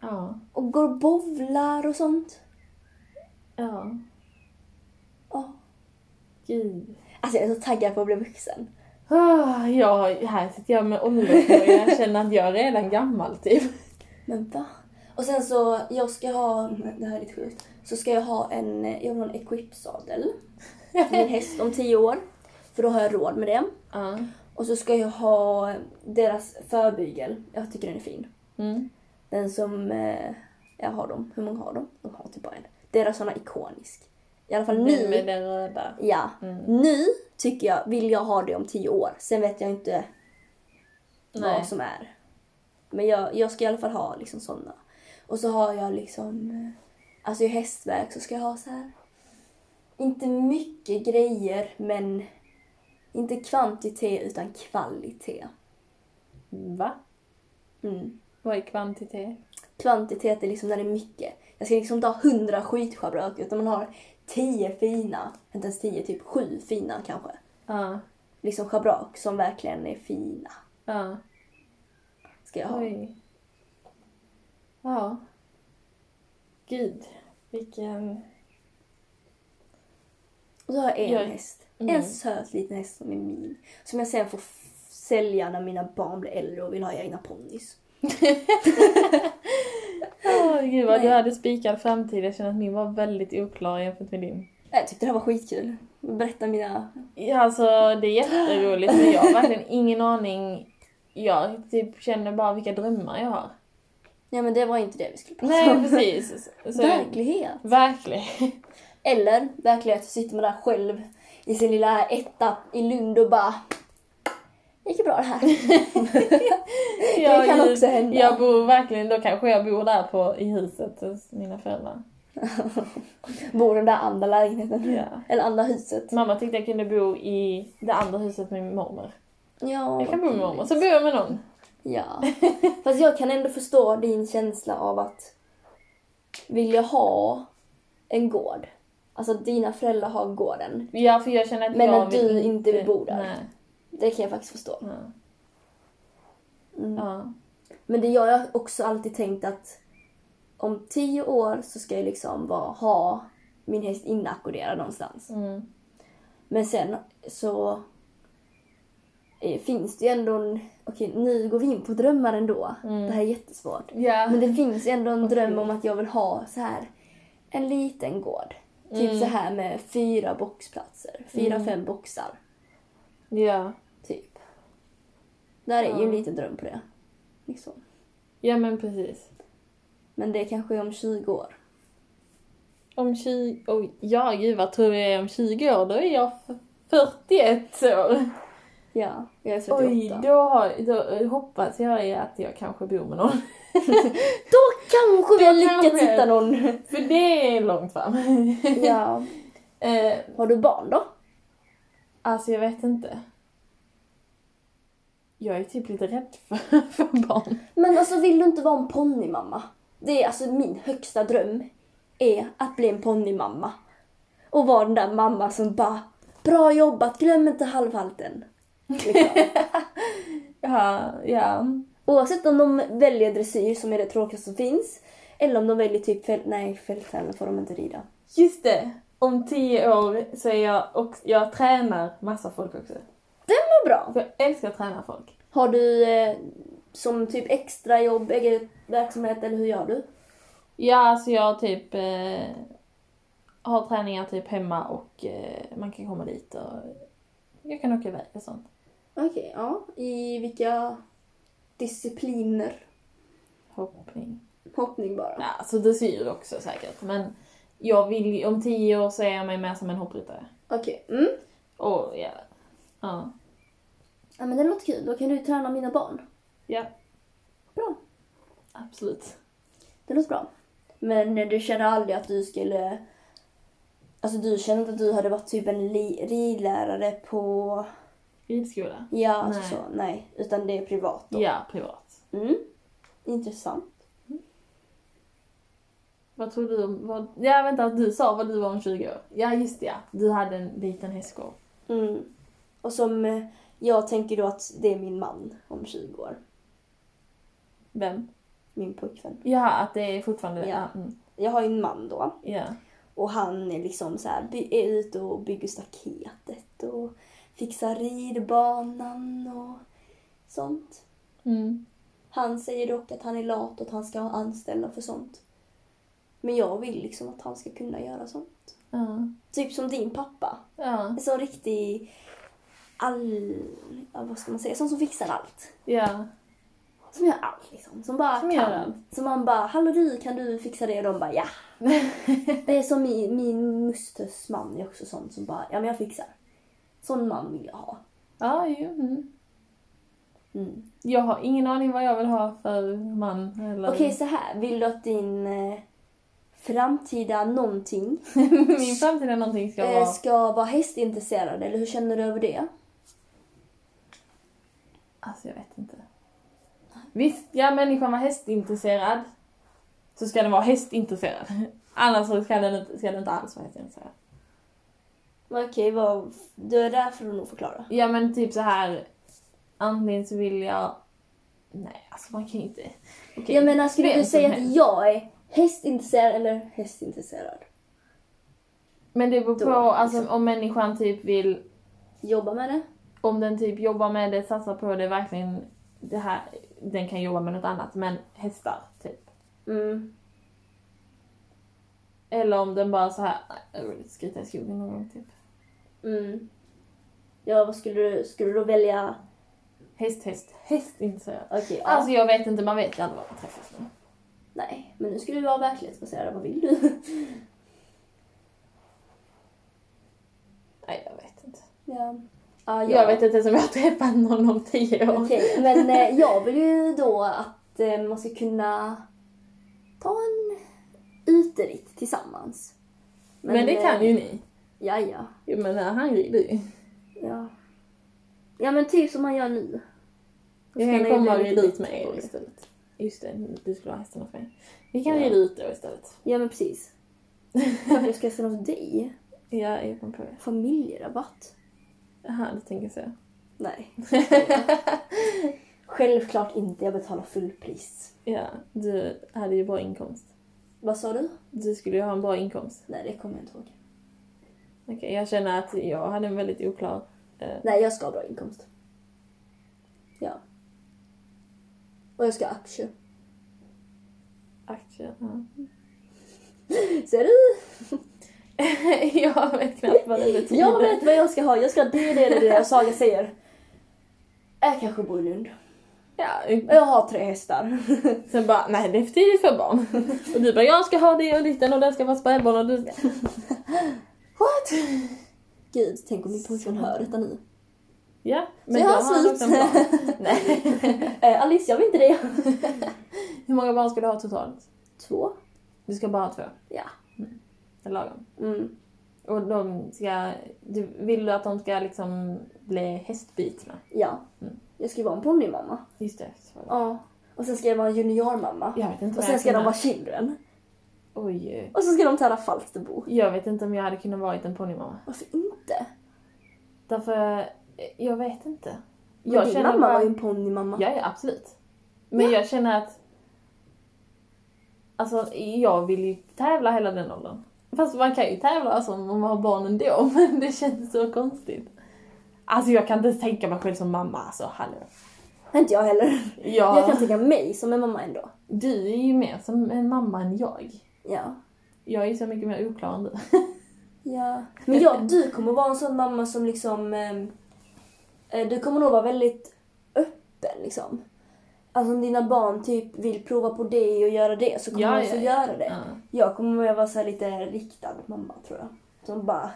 S2: Ja.
S4: och går och bowlar och sånt.
S2: Ja.
S4: Ja.
S2: Gud.
S4: Alltså jag är så taggad på att bli vuxen.
S2: Ah, ja, här sitter jag med åldersnoja. Jag känner att jag är redan
S4: [laughs]
S2: gammal typ.
S4: Men va? Och sen så, jag ska ha, mm, det här är lite sjukt, så ska jag ha en, jag vill ha en equipsadel. Min häst om tio år. För då har jag råd med det.
S2: Ja.
S4: Och så ska jag ha deras förbygel. Jag tycker den är fin.
S2: Mm.
S4: Den som, eh, jag har dem. Hur många har de? De har typ bara en. Deras såna ikonisk. I alla fall
S2: Nu
S4: nu.
S2: med den röda.
S4: Ja. Nu tycker jag, vill jag ha det om tio år. Sen vet jag inte
S2: Nej.
S4: vad som är. Men jag, jag ska i alla fall ha liksom sådana. Och så har jag liksom, eh, alltså i hästverk så ska jag ha så här. Inte mycket grejer men inte kvantitet utan kvalitet.
S2: Va?
S4: Mm.
S2: Vad är kvantitet?
S4: Kvantitet är liksom när det är mycket. Jag ska liksom inte ha hundra skitschabrak utan man har tio fina, inte ens tio, typ sju fina kanske.
S2: Ja.
S4: liksom schabrak som verkligen är fina.
S2: Ja.
S4: Ska jag ha.
S2: Oj. Ja. Gud. Vilken...
S4: Och så har jag en
S2: Jag-
S4: häst.
S2: Mm.
S4: En söt liten häst som är min. Som jag sen får f- sälja när mina barn blir äldre och vill ha egna ponnys.
S2: Åh, gud vad du
S4: Nej.
S2: hade spikad framtid. Jag känner att min var väldigt oklar jämfört med din.
S4: Jag tyckte det här var skitkul. Berätta mina...
S2: Ja, alltså det är jätteroligt men jag har verkligen ingen aning. Jag typ känner bara vilka drömmar jag har.
S4: Ja men det var inte det vi skulle prata
S2: Nej
S4: om.
S2: precis.
S4: [laughs]
S2: Så,
S4: Verklighet.
S2: Verkligen.
S4: Eller verklighet så sitter man där själv i sin lilla etta i Lund och bara... Gick det bra det
S2: [laughs]
S4: här?
S2: Jag,
S4: kan också hända.
S2: Jag bor verkligen, då kanske jag bor där på, i huset hos mina föräldrar.
S4: Bor i den där andra lägenheten.
S2: Ja.
S4: Eller andra huset.
S2: Mamma tyckte jag kunde bo i det andra huset med min mormor.
S4: Ja,
S2: Jag kan bo med
S4: vad
S2: mormor, så bor jag med någon.
S4: Ja. Fast jag kan ändå förstå din känsla av att vilja ha en gård. Alltså dina föräldrar har gården.
S2: Ja, för jag känner att
S4: Men
S2: jag
S4: att du inte vill bo där.
S2: Nej.
S4: Det kan jag faktiskt förstå.
S2: Ja.
S4: Mm.
S2: Ja.
S4: Men det jag har också alltid tänkt att om tio år så ska jag liksom vara, ha min häst inackorderad någonstans.
S2: Mm.
S4: Men sen så eh, finns det ju ändå en... Okej, nu går vi in på drömmar ändå. Det här är jättesvårt.
S2: Ja.
S4: Men det finns ju ändå en dröm om att jag vill ha så här en liten gård. Typ så här med fyra boxplatser. Fyra, fem boxar.
S2: ja.
S4: Typ. Där är ju en liten dröm på det. Liksom.
S2: Ja, men precis.
S4: Men det kanske är om 20 år.
S2: Om 20... Oj, ja, gud vad tror jag är om 20 år? Då är jag f- 41 år.
S4: Ja, jag är 38.
S2: Oj, då, har, då hoppas jag ju att jag kanske bor med någon. [laughs]
S4: Då kanske vi har
S2: Då
S4: lyckats
S2: kanske.
S4: hitta någon.
S2: För det är långt fram. [laughs]
S4: ja. [laughs]
S2: eh,
S4: Har du barn då?
S2: alltså, jag vet inte. Jag är typ lite rädd för, [laughs] för barn.
S4: Men alltså vill du inte vara en ponnymamma? Det är alltså min högsta dröm. Är att bli en ponnymamma. Och vara den där mamman som bara Bra jobbat, glöm inte halvhalten. Liksom. [laughs]
S2: Ja, ja.
S4: Oavsett om de väljer dressyr som är det tråkigaste som finns. Eller om de väljer typ fält... Nej, fälttävlan får de inte rida.
S2: Just det! Om 10 år så är jag och jag tränar massa folk också.
S4: Den var bra!
S2: För jag älskar att träna folk.
S4: Har du eh, som typ extra jobb, egen verksamhet eller hur gör du?
S2: Ja, alltså jag typ eh, har träningar typ hemma och eh, man kan komma dit och jag kan åka iväg och sånt.
S4: Okej, ja. I vilka discipliner?
S2: Hoppning.
S4: Hoppning bara.
S2: Ja, alltså dressyr också säkert. Men jag vill ju- om 10 år så är jag mig mer som en hoppryttare.
S4: Okej. Mm.
S2: Och ja. Ja.
S4: Ja, men det låter kul. Då kan du träna mina barn.
S2: Ja,
S4: Bra.
S2: absolut.
S4: Det låter bra. Men eh, du kände aldrig att du skulle... Alltså du kände inte att du hade varit typ en li- ridlärare på...
S2: Ridskola.
S4: Ja, alltså
S2: Nej.
S4: så. Nej. Utan det är privat då.
S2: Ja, privat.
S4: Mm. Intressant.
S2: Vad tror du om... Vad, ja, vänta, du sa vad du var om 20 år. Ja, just det, ja. Du hade en liten hästgård.
S4: Mm. Och som... eh, Jag tänker då att det är min man om 20 år.
S2: Vem?
S4: Min pojkvän.
S2: Ja, att det är fortfarande...
S4: Ja.
S2: Ja. mm,
S4: Jag har ju en man då.
S2: ja.
S4: Och han är liksom så här, by- är ute och bygger staketet och fixar ridbanan och sånt.
S2: Mm.
S4: Han säger dock att han är lat och att han ska ha anställda för sånt. Men jag vill liksom att han ska kunna göra sånt.
S2: Ja.
S4: Typ som din pappa.
S2: Ja.
S4: En sån riktig all... ja, Vad ska man säga? Sån som fixar allt.
S2: Ja.
S4: Som gör allt liksom. Som bara
S2: Som
S4: kan.
S2: gör allt.
S4: Som man bara, hallå du, kan du fixa det? Och de bara,
S2: [laughs]
S4: ja. det är som min, min musters man är också sån som bara, ja men jag fixar. Sån man vill jag ha.
S2: Ja, ju. Mm.
S4: Mm.
S2: Jag har ingen aning vad jag vill ha för man eller...
S4: Okej så här, vill du att din eh, framtida någonting
S2: [laughs] Min framtida någonting ska vara...
S4: eh, ska vara hästintresserad? Eller hur känner du över det?
S2: Alltså jag vet inte. Visst, ja människan var hästintresserad. Så ska den vara hästintresserad. [laughs] Annars så ska den inte, ska den inte alls vara hästintresserad.
S4: Men Okej, vad, du är där för att nog förklara.
S2: Ja men typ så här. Antingen så vill jag... Nej, alltså man kan ju inte... Okej,
S4: Jag menar, skulle
S2: vem
S4: du
S2: som
S4: säga att
S2: helst.
S4: jag är hästintresserad eller hästintresserad?
S2: Men det beror på
S4: Då,
S2: alltså,
S4: liksom.
S2: om människan typ vill...
S4: Jobba med det?
S2: Om den typ jobbar med det, satsar på det, verkligen det här... Den kan jobba med något annat, men hästar typ.
S4: Mm.
S2: Eller om den bara så här, nej, jag vill skrita i skogen någon gång typ.
S4: Mm. Ja, vad skulle du, skulle du då välja?
S2: Häst, häst, häst intresserad.
S4: Okej, ja.
S2: Alltså jag vet inte, man vet ju aldrig vad man träffar för någon.
S4: nej, men nu skulle du vara verklighetsbaserad. Vad vill [laughs] du?
S2: Nej, jag vet inte.
S4: ja. Ah, ja.
S2: Jag vet inte ens om jag har träffat någon om tio år.
S4: Okej, men eh, jag vill ju då att eh, man ska kunna ta en uteritt tillsammans. eh,
S2: men, det kan ju ni.
S4: Ja, ja.
S2: Jo, men nej, han rider ju.
S4: Ja. Ja, men typ som man gör nu.
S2: Jag
S4: Sen
S2: kan
S4: är det
S2: komma och
S4: lite
S2: rida ut
S4: bättre
S2: mig
S4: på
S2: då
S4: det.
S2: istället. Just det, du skulle ha hästarna för mig. Vi kan
S4: Ja.
S2: rida ut då istället. [laughs]
S4: Ja men precis. Varför jag ska ställa hos dig?
S2: Ja, jag kom på det.
S4: Familjerabatt?
S2: Jaha, du tänker så. [laughs]
S4: Nej. Självklart inte, jag betalar fullpris.
S2: Ja, du hade ju bra inkomst.
S4: Vad sa du?
S2: Du skulle ju ha en bra inkomst.
S4: Nej, det kommer jag inte ihåg.
S2: Okej, jag känner att jag hade en väldigt oklar... eh,
S4: Nej, jag ska ha bra inkomst. Ja. Och jag ska ha aktier.
S2: aktie. Ja. [laughs]
S4: Ser du?
S2: jag vet knappt vad det betyder.
S4: Jag vet vad jag ska ha. Jag ska ha det, det, det, det. Och Saga säger. Jag kanske bor i Lund.
S2: Ja,
S4: Jag har tre hästar. [laughs]
S2: Sen bara, nej det är för tidigt för barn. [laughs] Och du bara, jag ska ha det och ditten och den ska vara spädbarn och du...
S4: What? Gud, tänk om min pojkvän hör detta nu.
S2: Ja,
S4: Så jag har slut.
S2: också en
S4: [laughs]
S2: plan. Nej.
S4: Eh, Alice, jag vill inte det.
S2: Hur många barn ska du ha totalt?
S4: Två?
S2: Du ska bara ha två.
S4: Ja.
S2: Det är lagom.
S4: Mm.
S2: Och de ska... Du, vill du att de ska liksom bli hästbitna?
S4: Ja.
S2: Mm.
S4: Jag ska ju vara en ponnymamma.
S2: Just det. så var det.
S4: Ja. Och sen ska jag vara en juniormamma.
S2: Jag vet inte
S4: Och
S2: vad
S4: sen
S2: jag
S4: ska de
S2: kunde-
S4: vara children.
S2: Oj. eh,
S4: Och så ska de tävla Falsterbo.
S2: Jag vet inte om jag hade kunnat vara en ponnymamma.
S4: Varför inte?
S2: Därför... eh, Jag vet inte.
S4: Men
S2: Jag
S4: din
S2: känner
S4: mamma
S2: bara-
S4: var ju en ponnymamma.
S2: Ja, ja absolut. Men jag känner att... Alltså, jag vill ju tävla hela den åldern. Fast man kan ju tävla alltså, om man har barn ändå, [laughs] men det känns så konstigt. Alltså jag kan inte tänka mig själv som mamma, alltså hallå.
S4: Inte jag heller. Jag
S2: Ja,
S4: kan tänka mig som en mamma ändå.
S2: du är ju mer som en mamma än jag.
S4: Ja.
S2: Jag är ju så mycket mer oklar än du.
S4: ja. Men ja, du kommer vara en sån mamma som liksom... ehm, Eh, du kommer nog vara väldigt öppen liksom. Alltså om dina barn typ vill prova på det och göra det så kommer
S2: Ja,
S4: de
S2: ja,
S4: också
S2: ja.
S4: göra det.
S2: Ja.
S4: Jag kommer att vara så här lite riktad mamma tror jag. Som bara...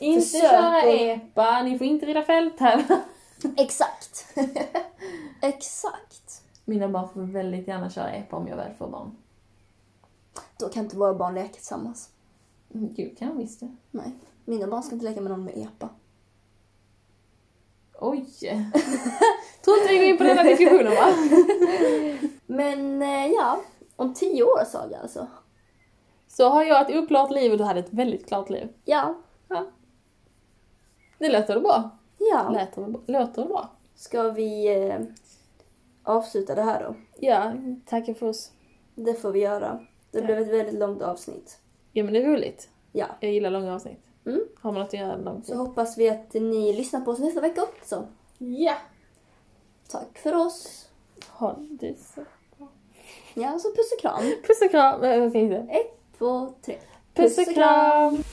S2: Inte
S4: Försök
S2: köra
S4: att-
S2: epa, ni får inte rida fält här. [laughs]
S4: Exakt! [laughs] Exakt!
S2: Mina barn får väldigt gärna köra epa om jag väl får barn.
S4: Då kan inte våra barn leka tillsammans.
S2: Mm, Gud, kan jag visst det.
S4: Nej. Mina barn ska inte leka med någon med epa.
S2: Oj! [laughs] Tror inte vi går in på den här diskussionen va?
S4: Men eh, ja, om tio år Saga alltså.
S2: Så har jag ett oklart liv och du hade ett väldigt klart liv.
S4: Ja.
S2: Ja. Det låter väl bra?
S4: Ja.
S2: Låter väl bra? Låter väl bra?
S4: Ska vi eh, avsluta det här då?
S2: Ja, tack för oss.
S4: Det får vi göra. Det
S2: Ja.
S4: blev ett väldigt långt avsnitt.
S2: Ja men det är roligt.
S4: Ja.
S2: Jag gillar långa avsnitt.
S4: Mm.
S2: Har man något att göra långt?
S4: Så hoppas vi att ni lyssnar på oss nästa vecka också.
S2: Ja!
S4: Tack för oss.
S2: Ha det så.
S4: Ja, så puss och kram.
S2: Puss och kram! Eh, vad ska jag säga?
S4: Ett, två, tre.
S2: Puss och kram!